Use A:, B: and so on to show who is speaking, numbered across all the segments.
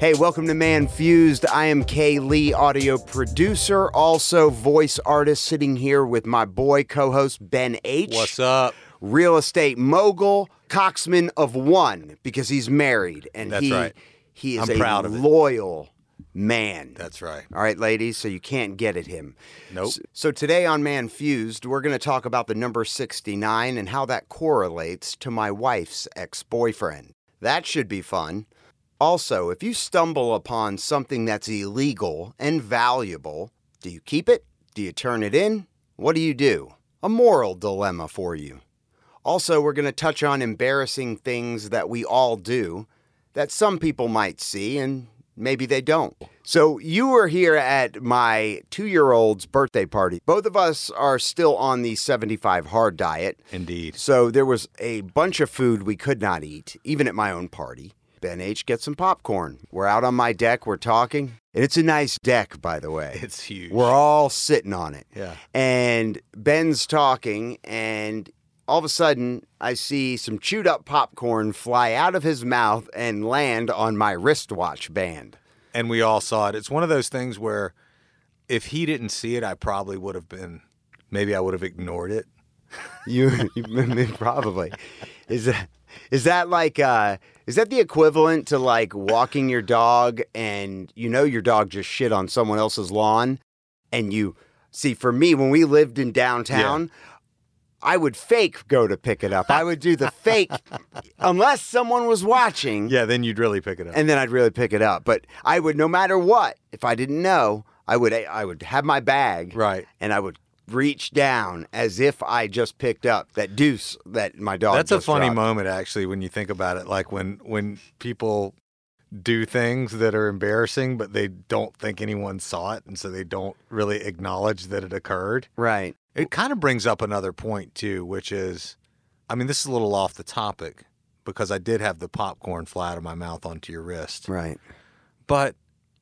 A: Hey, welcome to Man Fused. I am Kay Lee, audio producer, also voice artist, sitting here with my boy co host Ben H.
B: What's up?
A: Real estate mogul, coxman of one, because he's married. And
B: That's
A: he,
B: right.
A: he is
B: I'm
A: a
B: proud of it.
A: loyal man.
B: That's right.
A: All right, ladies, so you can't get at him.
B: Nope.
A: S- So, today on Man Fused, we're going to talk about the number 69 and how that correlates to my wife's ex boyfriend. That should be fun. Also, if you stumble upon something that's illegal and valuable, do you keep it? Do you turn it in? What do you do? A moral dilemma for you. Also, we're going to touch on embarrassing things that we all do that some people might see and maybe they don't. So, you were here at my two year old's birthday party. Both of us are still on the 75 hard diet.
B: Indeed.
A: So, there was a bunch of food we could not eat, even at my own party. Ben H. gets some popcorn. We're out on my deck, we're talking. And it's a nice deck, by the way.
B: It's huge.
A: We're all sitting on it.
B: Yeah.
A: And Ben's talking, and all of a sudden, I see some chewed up popcorn fly out of his mouth and land on my wristwatch band.
B: and we all saw it. It's one of those things where if he didn't see it, I probably would have been, maybe I would have ignored it.
A: You, you probably is that is that like uh, is that the equivalent to like walking your dog and you know your dog just shit on someone else's lawn and you see for me when we lived in downtown. I would fake go to pick it up. I would do the fake unless someone was watching.
B: Yeah, then you'd really pick it up.
A: and then I'd really pick it up. But I would, no matter what, if I didn't know, I would I would have my bag
B: right.
A: and I would reach down as if I just picked up that deuce that my dog.
B: That's a
A: just
B: funny
A: dropped.
B: moment actually when you think about it. Like when when people do things that are embarrassing but they don't think anyone saw it and so they don't really acknowledge that it occurred.
A: right?
B: It kind of brings up another point too, which is, I mean, this is a little off the topic because I did have the popcorn fly out of my mouth onto your wrist,
A: Right.
B: but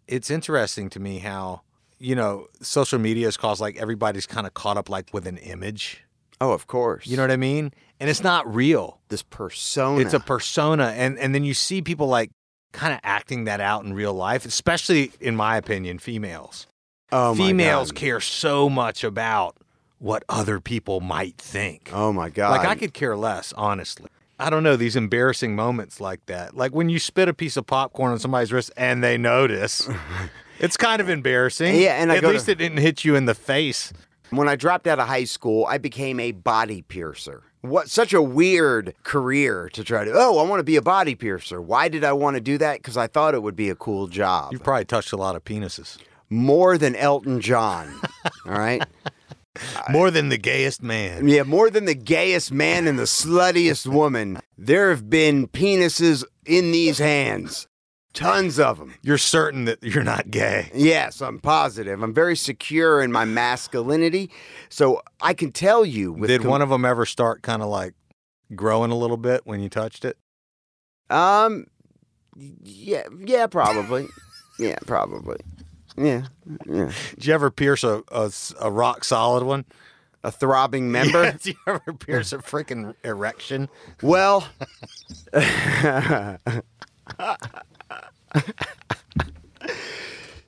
B: it's interesting to me how you know social media has caused like everybody's kind of caught up like with an image.
A: Oh, of course.
B: You know what I mean? And it's not real.
A: this persona.
B: It's a persona, and and then you see people like kind of acting that out in real life, especially in my opinion, females.
A: oh, my
B: females
A: God.
B: care so much about what other people might think.
A: Oh my god!
B: Like I could care less, honestly. I don't know these embarrassing moments like that. Like when you spit a piece of popcorn on somebody's wrist and they notice. It's kind of embarrassing.
A: Yeah, and I
B: at
A: go to-
B: least it didn't hit you in the face.
A: When I dropped out of high school, I became a body piercer. What such a weird career to try to. Oh, I want to be a body piercer. Why did I want to do that? Because I thought it would be a cool job.
B: You've probably touched a lot of penises.
A: More than Elton John. All right.
B: More than the gayest man.
A: Yeah, more than the gayest man and the sluttiest woman, there have been penises in these hands. Tons of them.
B: You're certain that you're not gay.
A: Yes, I'm positive. I'm very secure in my masculinity. So I can tell you with
B: Did
A: com-
B: one of them ever start kind of like growing a little bit when you touched it?
A: Um yeah, yeah, probably. yeah, probably. Yeah. Yeah.
B: Did you ever pierce a, a s- a rock solid one?
A: A throbbing member?
B: Did you ever pierce a freaking erection?
A: Well,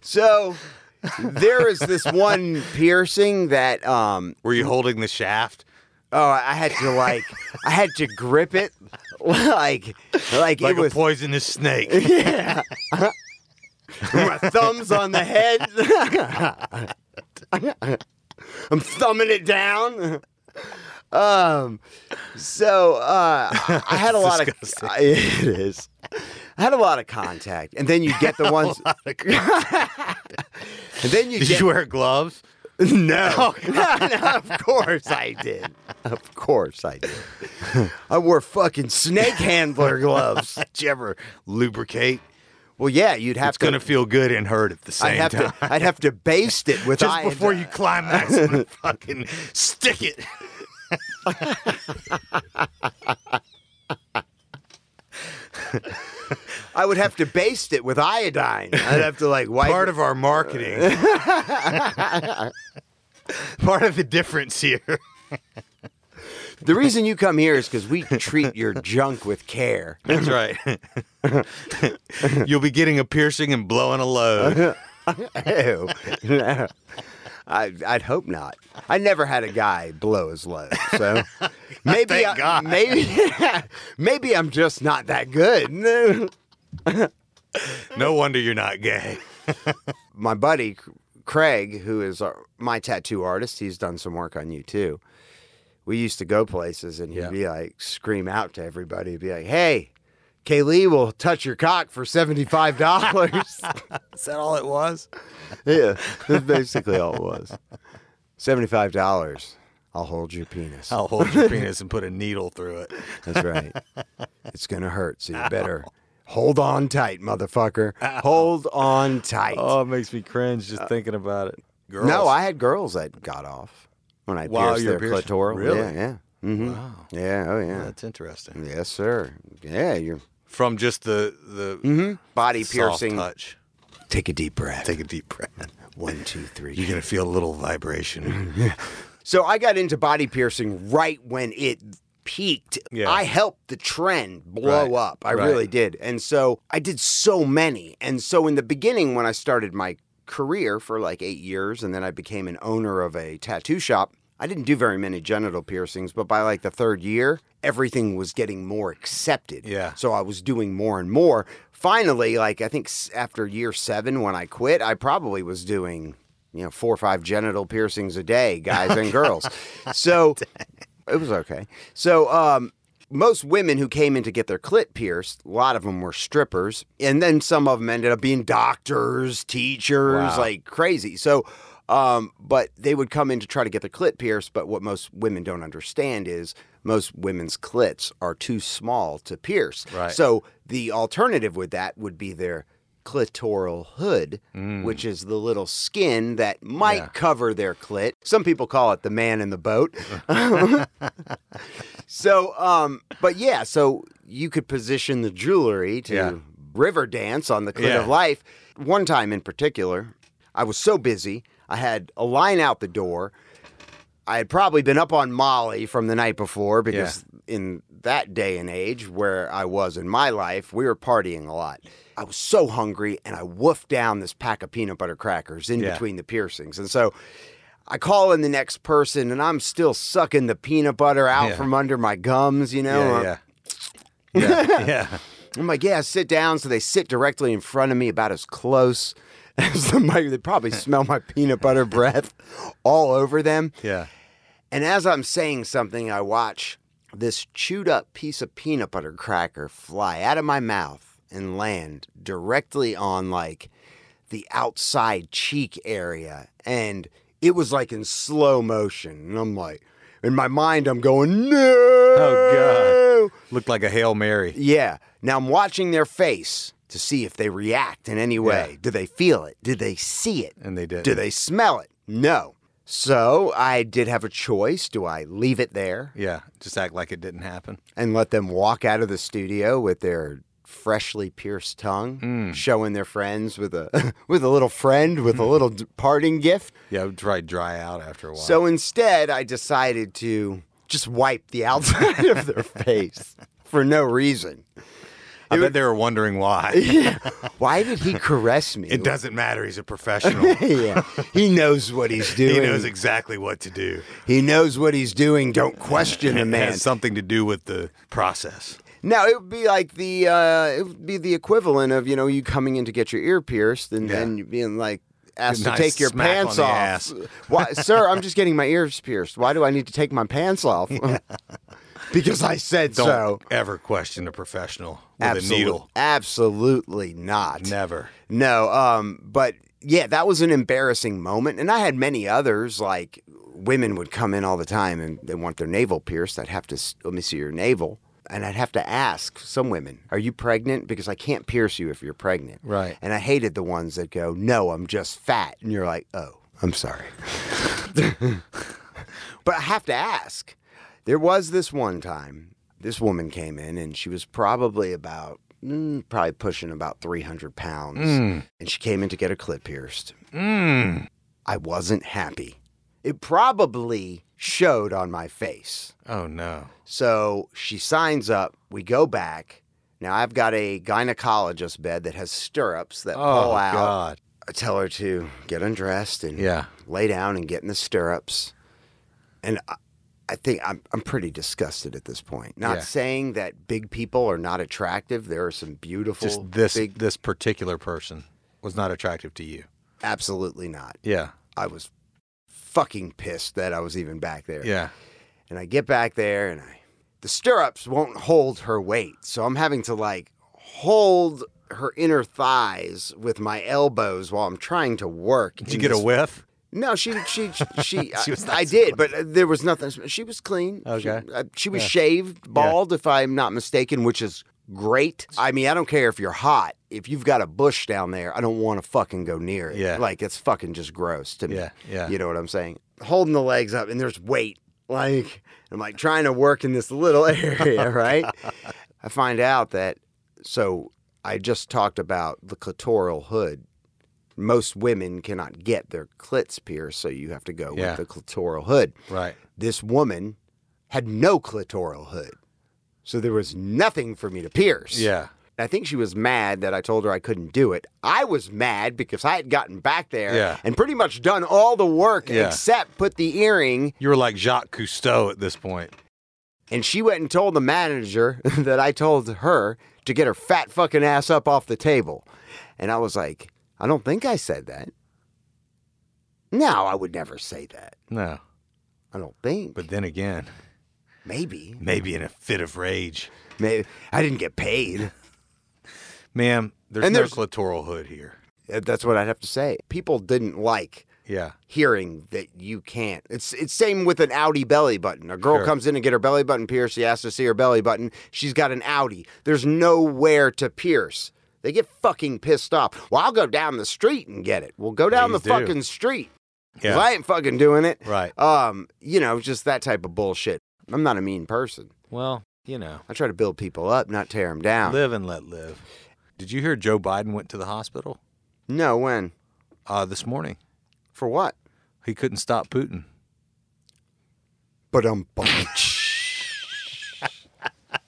A: so there is this one piercing that um
B: Were you holding the shaft?
A: oh I had to like I had to grip it like like,
B: Like
A: it was
B: a poisonous snake.
A: yeah. My thumbs on the head. I'm thumbing it down. Um, so uh, I had a lot of
B: disgusting.
A: it is. I had a lot of contact, and then you get the ones, and then you
B: Did
A: get
B: you wear gloves?
A: no. No, of course I did. Of course I did. I wore fucking snake handler gloves.
B: Did you ever lubricate?
A: Well, yeah, you'd have
B: It's
A: to
B: going to feel good and hurt at the
A: I'd
B: same
A: have
B: time.
A: to I'd have to baste it with
B: Just
A: iodine.
B: before you climax and fucking stick it.
A: I would have to baste it with iodine. I'd have to like wipe
B: Part of our marketing. Part of the difference here.
A: The reason you come here is because we treat your junk with care.
B: That's right. You'll be getting a piercing and blowing a load.
A: Ew. No. I, I'd hope not. I never had a guy blow his load, so maybe
B: Thank
A: I,
B: God.
A: maybe maybe I'm just not that good.
B: No wonder you're not gay.
A: my buddy Craig, who is uh my tattoo artist, he's done some work on you too. We used to go places and he'd
B: Yeah.
A: be like, scream out to everybody, he'd be like, hey, Kaylee will touch your cock for $75.
B: Is that all it was?
A: yeah, that's basically all it was. $75. I'll hold your penis.
B: I'll hold your penis and put a needle through it.
A: That's right. it's going to hurt, so you better hold on tight, motherfucker. Hold on tight.
B: Oh, it makes me cringe just thinking about it. Uh, Girls.
A: No, I had girls that got off when I
B: While
A: pierced
B: you're
A: their
B: piercing-
A: clitoral.
B: Really?
A: Yeah, yeah. hmm
B: Wow.
A: Yeah, oh yeah.
B: That's interesting.
A: Yes, sir. Yeah, your
B: From just the the
A: Mm-hmm. body
B: Mm-hmm. soft
A: piercing.
B: touch.
A: Take a deep breath.
B: Take a deep breath.
A: One, two, three.
B: You're gonna feel a little vibration.
A: So I got into body piercing right when it peaked.
B: Yeah.
A: I helped the trend blow
B: Right.
A: up. I
B: Right.
A: really did. And so I did so many. And so in the beginning, when I started my career for like eight years, and then I became an owner of a tattoo shop, I didn't do very many genital piercings, but by like the third year, everything was getting more accepted.
B: Yeah.
A: So I was doing more and more. Finally, like I think s- after year seven, when I quit, I probably was doing, you know, four or five genital piercings a day, guys and girls. So it was okay. So, um, most women who came in to get their clit pierced, a lot of them were strippers, and then some of them ended up being doctors, teachers,
B: Wow.
A: like crazy. So, um, but they would come in to try to get their clit pierced. But what most women don't understand is most women's clits are too small to pierce.
B: Right.
A: So the alternative with that would be their clitoral hood, which is the little skin that might
B: Mm. Yeah.
A: cover their clit. Some people call it the man in the boat. So, um, but yeah, so you could position the jewelry to
B: Yeah.
A: river dance on the clit
B: Yeah.
A: of life. One time in particular, I was so busy, I had a line out the door. I had probably been up on Molly from the night before because in that day and age where I was in my life, we were partying a lot. I was so hungry and I woofed down this pack of peanut butter crackers in
B: Yeah.
A: between the piercings. And so I call in the next person and I'm still sucking the peanut butter out
B: Yeah.
A: from under my gums, you know?
B: yeah,
A: I'm-
B: yeah. Yeah, yeah.
A: I'm like, yeah, sit down. So they sit directly in front of me, about as close as the mic. They probably smell my peanut butter breath all over them.
B: Yeah.
A: And as I'm saying something, I watch this chewed up piece of peanut butter cracker fly out of my mouth and land directly on like the outside cheek area. And it was like in slow motion. And I'm like, in my mind, I'm going, no.
B: Oh, Looked like a Hail Mary.
A: Yeah. Now I'm watching their face to see if they react in any way.
B: Yeah.
A: Do they feel it? Do they see it?
B: And they did.
A: Do they smell it? No. So I did have a choice. Do I leave it there
B: Yeah. Just act like it didn't happen.
A: and let them walk out of the studio with their freshly pierced tongue,
B: Hmm.
A: showing their friends with a with a little friend with a little d- parting gift?
B: Yeah, it would probably dry out after a while.
A: So instead, I decided to just wipe the outside of their face for no reason.
B: I bet they were wondering why.
A: Why did he caress me?
B: It doesn't matter. He's a professional.
A: yeah, he knows what he's doing.
B: he knows exactly what to do.
A: He knows what he's doing. Don't question the
B: It
A: man.
B: has something to do with the process.
A: Now it would be like the uh, it would be the equivalent of you know you coming in to get your ear pierced and
B: Yeah.
A: then you being like asked
B: Nice
A: to take your
B: smack on
A: pants
B: the
A: off.
B: ass.
A: Why, sir? I'm just getting my ears pierced. Why do I need to take my pants off? because I said
B: Don't
A: so.
B: ever question a professional with
A: Absolute-
B: a needle.
A: Absolutely not.
B: Never.
A: No, um, but yeah, that was an embarrassing moment, and I had many others. Like women would come in all the time and they want their navel pierced. I'd have to s- let me see your navel, and I'd have to ask some women, "Are you pregnant?" Because I can't pierce you if you're pregnant.
B: Right.
A: And I hated the ones that go, "No, I'm just fat," and you're like, "Oh, I'm sorry," but I have to ask. There was this one time, this woman came in and she was probably about, mm, probably pushing about 300
B: Mm.
A: pounds. And she came in to get her clit pierced. I wasn't happy. It probably showed on my face.
B: Oh no.
A: So she signs up. We go back. Now I've got a gynecologist bed that has stirrups that
B: Oh
A: pull out.
B: god.
A: I tell her to get undressed and
B: Yeah.
A: lay down and get in the stirrups. And I, I think I'm, I'm pretty disgusted at this point. Not
B: Yeah.
A: saying that big people are not attractive. There are some beautiful,
B: Just this
A: big,
B: this particular person was not attractive to you.
A: absolutely not.
B: Yeah.
A: I was fucking pissed that I was even back there.
B: Yeah.
A: And I get back there and I the stirrups won't hold her weight. So I'm having to like hold her inner thighs with my elbows while I'm trying to work.
B: Did you
A: in
B: get a
A: this-
B: whiff?
A: No, she she she,
B: She was not
A: I, I did, but uh, there was nothing she was clean. She,
B: Okay.
A: uh, she was
B: Yeah.
A: shaved, bald if I'm not mistaken, which is great. I mean, I don't care if you're hot. If you've got a bush down there, I don't want to fucking go near it.
B: Yeah.
A: Like it's fucking just gross to me.
B: Yeah. Yeah.
A: You know what I'm saying? Holding the legs up, and there's weight. Like, I'm like trying to work in this little area, right? I find out that, so I just talked about the clitoral hood. Most women cannot get their clits pierced, so you have to go
B: Yeah.
A: with the clitoral hood.
B: Right.
A: This woman had no clitoral hood, so there was nothing for me to pierce.
B: Yeah.
A: I think she was mad that I told her I couldn't do it. I was mad because I had gotten back there
B: Yeah.
A: and pretty much done all the work
B: Yeah.
A: except put the earring.
B: You were like Jacques Cousteau at this point.
A: And she went and told the manager that I told her to get her fat fucking ass up off the table. And I was like, I don't think I said that. No, I would never say that.
B: No.
A: I don't think.
B: But then again,
A: maybe.
B: maybe in a fit of rage.
A: Maybe I didn't get paid.
B: Ma'am, there's,
A: And
B: no
A: there's-
B: clitoral hood here.
A: That's what I'd have to say. People didn't like
B: Yeah.
A: hearing that you can't. It's it's same with an Audi belly button. A girl
B: Sure.
A: comes in and get her belly button pierced. She asks to see her belly button. She's got an Audi. There's nowhere to pierce. They get fucking pissed off. Well, I'll go down the street and get it. Well, go down
B: Please
A: the
B: do.
A: fucking street. 'Cause
B: Yeah.
A: I ain't fucking doing it.
B: Right.
A: Um, you know, just that type of bullshit. I'm not a mean person.
B: Well, you know,
A: I try to build people up, not tear them down.
B: live and let live. Did you hear Joe Biden went to the hospital
A: No, when?
B: uh, this morning?
A: For what?
B: He couldn't stop Putin.
A: But um,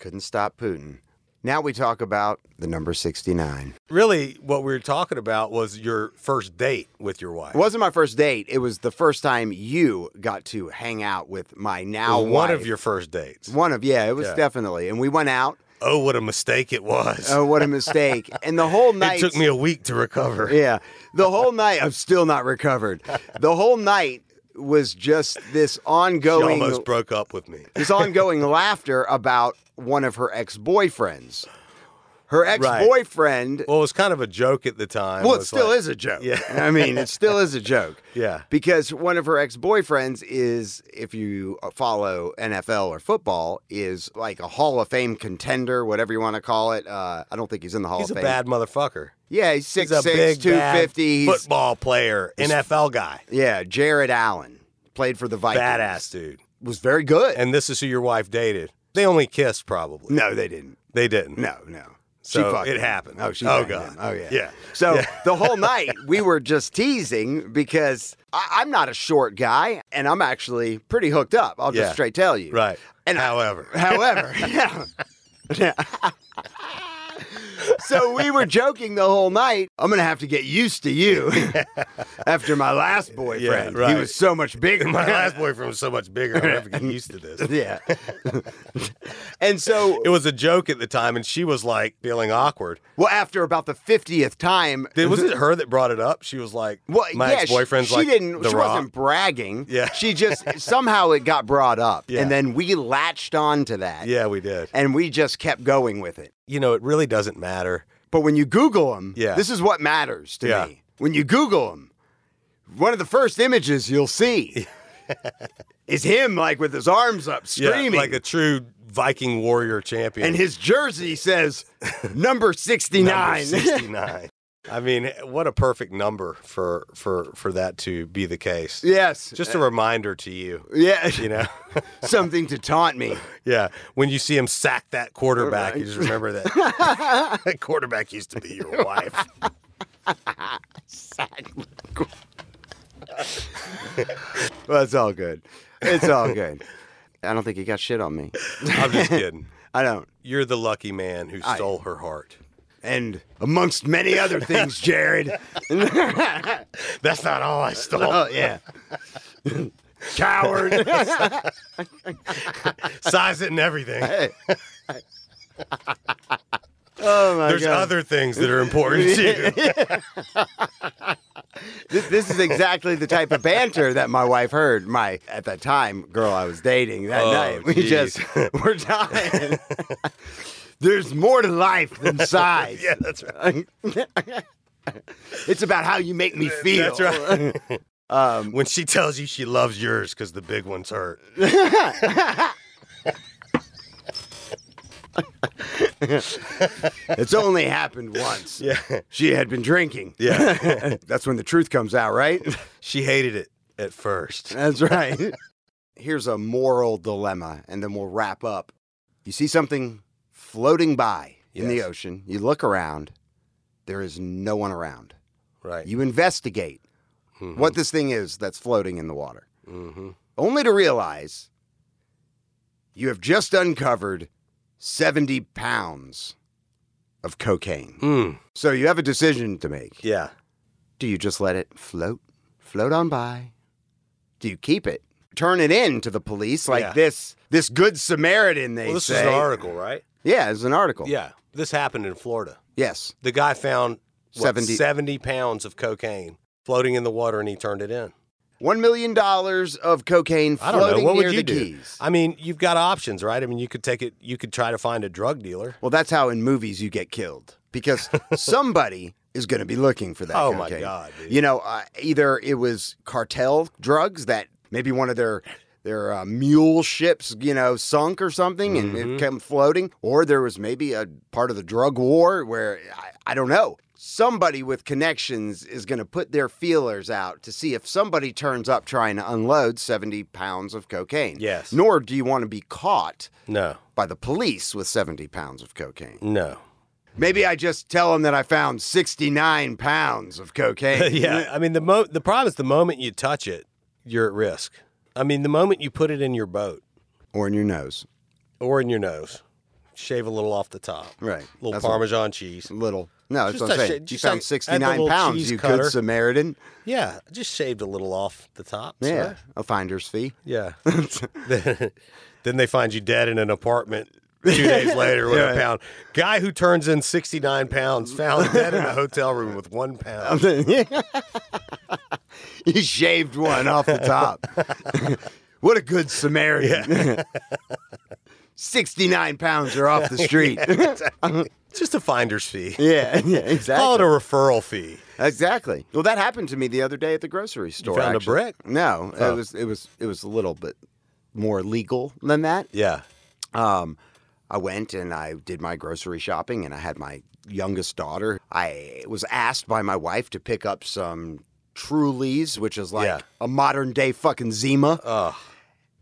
A: couldn't stop Putin. Now we talk about the number sixty-nine.
B: Really, what we were talking about was your first date with your wife.
A: It wasn't my first date. It was the first time you got to hang out with my now
B: One of
A: wife.
B: your first dates.
A: one of yeah. It was
B: Yeah.
A: definitely, and we went out.
B: Oh, what a mistake it was.
A: Oh, what a mistake! and the whole night
B: it took me a week to recover.
A: Yeah. The whole night, I'm still not recovered. The whole night was just this
C: She
A: ongoing,
C: almost broke up with me.
A: this ongoing laughter about one of her ex boyfriends. Her ex boyfriend.
C: Well, it was kind of a joke at the time.
A: Well, it
C: was
A: still
C: like-
A: is a joke. Yeah. I mean, it still is a joke.
C: Yeah.
A: Because one of her ex boyfriends is, if you uh, follow NFL or football, is like a Hall of Fame contender, whatever you want to call it. Uh, I don't think he's in the Hall
C: He's a
A: of Fame.
C: bad motherfucker.
A: yeah, he's
C: He's a
A: 6'6,
C: big, bad
A: 250. He's-
C: football player, NFL guy,
A: Yeah, Jared Allen played for the Vikings.
C: badass dude.
A: Was very good.
C: And this is who your wife dated. They only kissed, probably.
A: no, they didn't.
C: They didn't.
A: No, no.
C: So
A: fucked
C: it
A: him.
C: happened.
A: Oh, she.
C: Oh,
A: banged
C: God.
A: him. Oh, yeah.
C: Yeah.
A: So the whole night we were just teasing because I- I'm not a short guy and I'm actually pretty hooked up. I'll just
C: Yeah.
A: straight tell you.
C: Right.
A: And I-
C: However,
A: However, so we were joking the whole night. I'm gonna have to get used to you after my last boyfriend.
C: right.
A: He was so much bigger.
C: my last boyfriend was so much bigger. I'm never getting used to this.
A: yeah. and so,
C: It was a joke at the time, and she was like feeling awkward.
A: well, after about the fiftieth time,
C: Did, was it her that brought it up? She was like,
A: well,
C: my
A: yeah, she-
C: ex-boyfriend's
A: she,
C: like
A: didn't.
C: the
A: she
C: rock.
A: wasn't bragging.
C: Yeah.
A: she just somehow it got brought up,
C: Yeah.
A: and then we latched on to that.
C: Yeah, we did.
A: and we just kept going with it.
C: You know, it really doesn't matter.
A: But when you Google them,
C: Yeah.
A: this is what matters to
C: Yeah.
A: me. When you Google them, one of the first images you'll see is him like with his arms up,
C: Yeah,
A: screaming.
C: like a true Viking warrior champion.
A: and his jersey says number 69.
C: Number 69. I mean, what a perfect number for for for that to be the case.
A: yes.
C: Just a reminder to you,
A: yeah.
C: you know.
A: Something to taunt me.
C: yeah, when you see him sack that quarterback, you just remember that that quarterback used to be your wife.
A: Well, it's all good. It's all good. I don't think he got shit on me.
C: I'm just kidding.
A: I don't.
C: You're the lucky man who stole her heart.
A: And amongst many other things, Jared.
B: That's not all I stole.
A: oh yeah. Coward.
C: Size it and everything.
A: oh my
C: There's
A: god.
C: other things that are important too.
A: This, this is exactly the type of banter that my wife heard. My at the time girl I was dating that
C: Oh,
A: night. We
C: geez.
A: just we're dying. There's more to life than size.
C: yeah, that's right.
A: It's about how you make me feel.
C: That's right.
A: Um,
C: When she tells you she loves yours because the big one's hurt.
A: it's only happened once.
C: Yeah.
A: She had been drinking.
C: Yeah.
A: That's when the truth comes out, right?
C: she hated it at first.
A: That's right. Here's a moral dilemma, and then we'll wrap up. You see something floating by in the
C: Yes.
A: ocean, you look around, there is no one around.
C: Right.
A: You investigate what this thing is that's floating in the water,
C: hmm
A: only to realize you have just uncovered 70 pounds of cocaine.
C: Mm.
A: So you have a decision to make.
C: Yeah.
A: Do you just let it float, float on by? Do you keep it? Turn it in to the police like
C: Yeah.
A: this this good Samaritan they
C: Well, this
A: say.
C: is an article, right?
A: Yeah, it's an article.
C: Oh. Yeah. This happened in Florida.
A: Yes.
C: The guy found what,
A: 70
C: 70 pounds of cocaine floating in the water and he turned it in.
A: One million dollars of cocaine
C: I
A: floating
C: don't know. What
A: near
C: would you
A: the
C: do?
A: keys.
C: I mean, you've got options, right? I mean, you could take it, you could try to find a drug dealer.
A: Well, that's how in movies you get killed because somebody is going to be looking for that.
C: Oh, my
A: cocaine.
C: God, dude.
A: You know, uh, either it was cartel drugs that maybe one of their their uh, mule ships, you know, sunk or something and
C: Mm-hmm.
A: it came floating, or there was maybe a part of the drug war where I, I don't know. Somebody with connections is going to put their feelers out to see if somebody turns up trying to unload 70 pounds of cocaine.
C: Yes.
A: Nor do you want to be caught
C: No,
A: by the police with 70 pounds of cocaine.
C: no.
A: Maybe I just tell them that I found 69 pounds of cocaine.
C: yeah. I mean, the mo- the problem is the moment you touch it, you're at risk. I mean, the moment you put it in your boat
A: Or in your nose.
C: or in your nose, shave a little off the top.
A: Right.
C: little
A: That's what-
C: Parmesan cheese.
A: Little. No, that's
C: Just
A: what I'm
C: a
A: saying.
C: shit-
A: you
C: just
A: found
C: like, add the
A: 69
C: little
A: pounds,
C: cheese
A: you
C: cutter.
A: good Samaritan.
C: Yeah, just shaved a little off the top. so-
A: Yeah. A finder's fee.
C: Yeah. then, then they find you dead in an apartment two days later with a pound. Guy who turns in 69 pounds found dead in a hotel room with one pound.
A: you shaved one off the top. what a good Samaritan. 69 pounds are off the street. yeah.
C: It's just a finder's fee.
A: yeah, exactly.
C: Call it a referral fee.
A: Exactly. Well, that happened to me the other day at the grocery store.
C: found a
A: actually.
C: brick? Oh.
A: No, it was it was it was a little bit more legal than that.
C: Yeah.
A: Um, I went and I did my grocery shopping, and I had my youngest daughter. I was asked by my wife to pick up some Trulies, which is like
C: Yeah.
A: a modern day fucking Zima.
C: Ugh.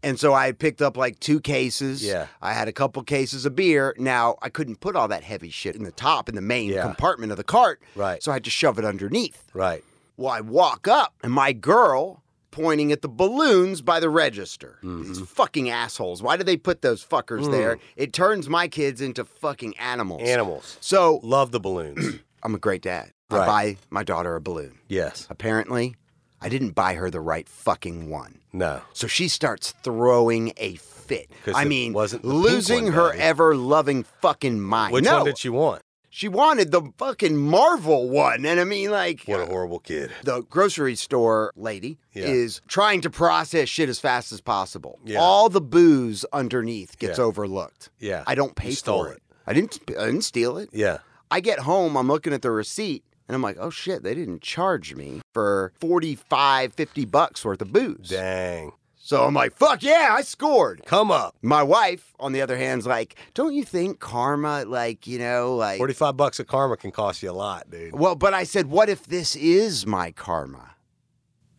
A: And so I picked up like two cases.
C: Yeah.
A: I had a couple cases of beer. Now I couldn't put all that heavy shit in the top in the main
C: Yeah.
A: compartment of the cart.
C: Right.
A: So I had to shove it underneath.
C: Right.
A: Well, I walk up, and my girl pointing at the balloons by the register.
C: Mm-hmm.
A: These fucking assholes. Why do they put those fuckers
C: Mm.
A: there? It turns my kids into fucking animals.
C: Animals.
A: So
C: Love the balloons.
A: I'm a great dad. I
C: Right.
A: buy my daughter a balloon.
C: yes.
A: Apparently, I didn't buy her the right fucking one.
C: No.
A: So she starts throwing a fit.
C: 'Cause
A: I
C: it
A: mean,
C: wasn't the pink
A: losing
C: one,
A: her
C: baby.
A: ever loving fucking mind.
C: Which
A: no,
C: one did she want?
A: she wanted the fucking Marvel one. And I mean, like,
C: What a horrible kid.
A: the grocery store lady
C: Yeah.
A: is trying to process shit as fast as possible.
C: Yeah.
A: All the booze underneath gets
C: Yeah.
A: overlooked.
C: Yeah.
A: I don't pay
C: You stole
A: for it. I didn't. I didn't steal it.
C: Yeah.
A: I get home. I'm looking at the receipt. And I'm like, oh shit, they didn't charge me for 45, 50 bucks worth of booze.
C: Dang.
A: So I'm like, fuck yeah, I scored.
C: Come up.
A: My wife, on the other hand, is like, don't you think karma, like, you know, like.
C: 45 bucks of karma can cost you a lot, dude.
A: Well, but I said, what if this is my karma?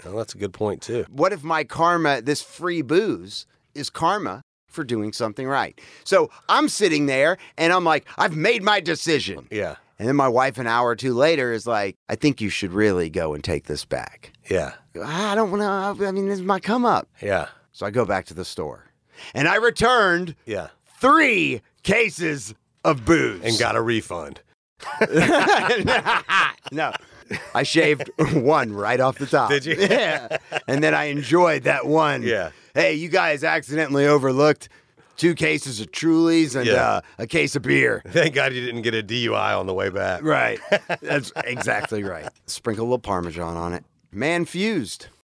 C: Well, that's a good point, too.
A: what if my karma, this free booze, is karma for doing something right? So I'm sitting there and I'm like, I've made my decision.
C: Yeah.
A: And then my wife, an hour or two later, is like, I think you should really go and take this back.
C: Yeah.
A: I don't want to, I mean, this is my come up.
C: Yeah.
A: So I go back to the store and I returned
C: Yeah.
A: three cases of booze.
C: And got a refund.
A: no, I shaved one right off the top.
C: Did you?
A: Yeah. And then I enjoyed that one.
C: Yeah.
A: Hey, you guys accidentally overlooked two cases of Trulies and
C: Yeah.
A: uh, a case of beer.
C: Thank God you didn't get a DUI on the way back.
A: Right. That's exactly right. Sprinkle a little Parmesan on it. Man fused.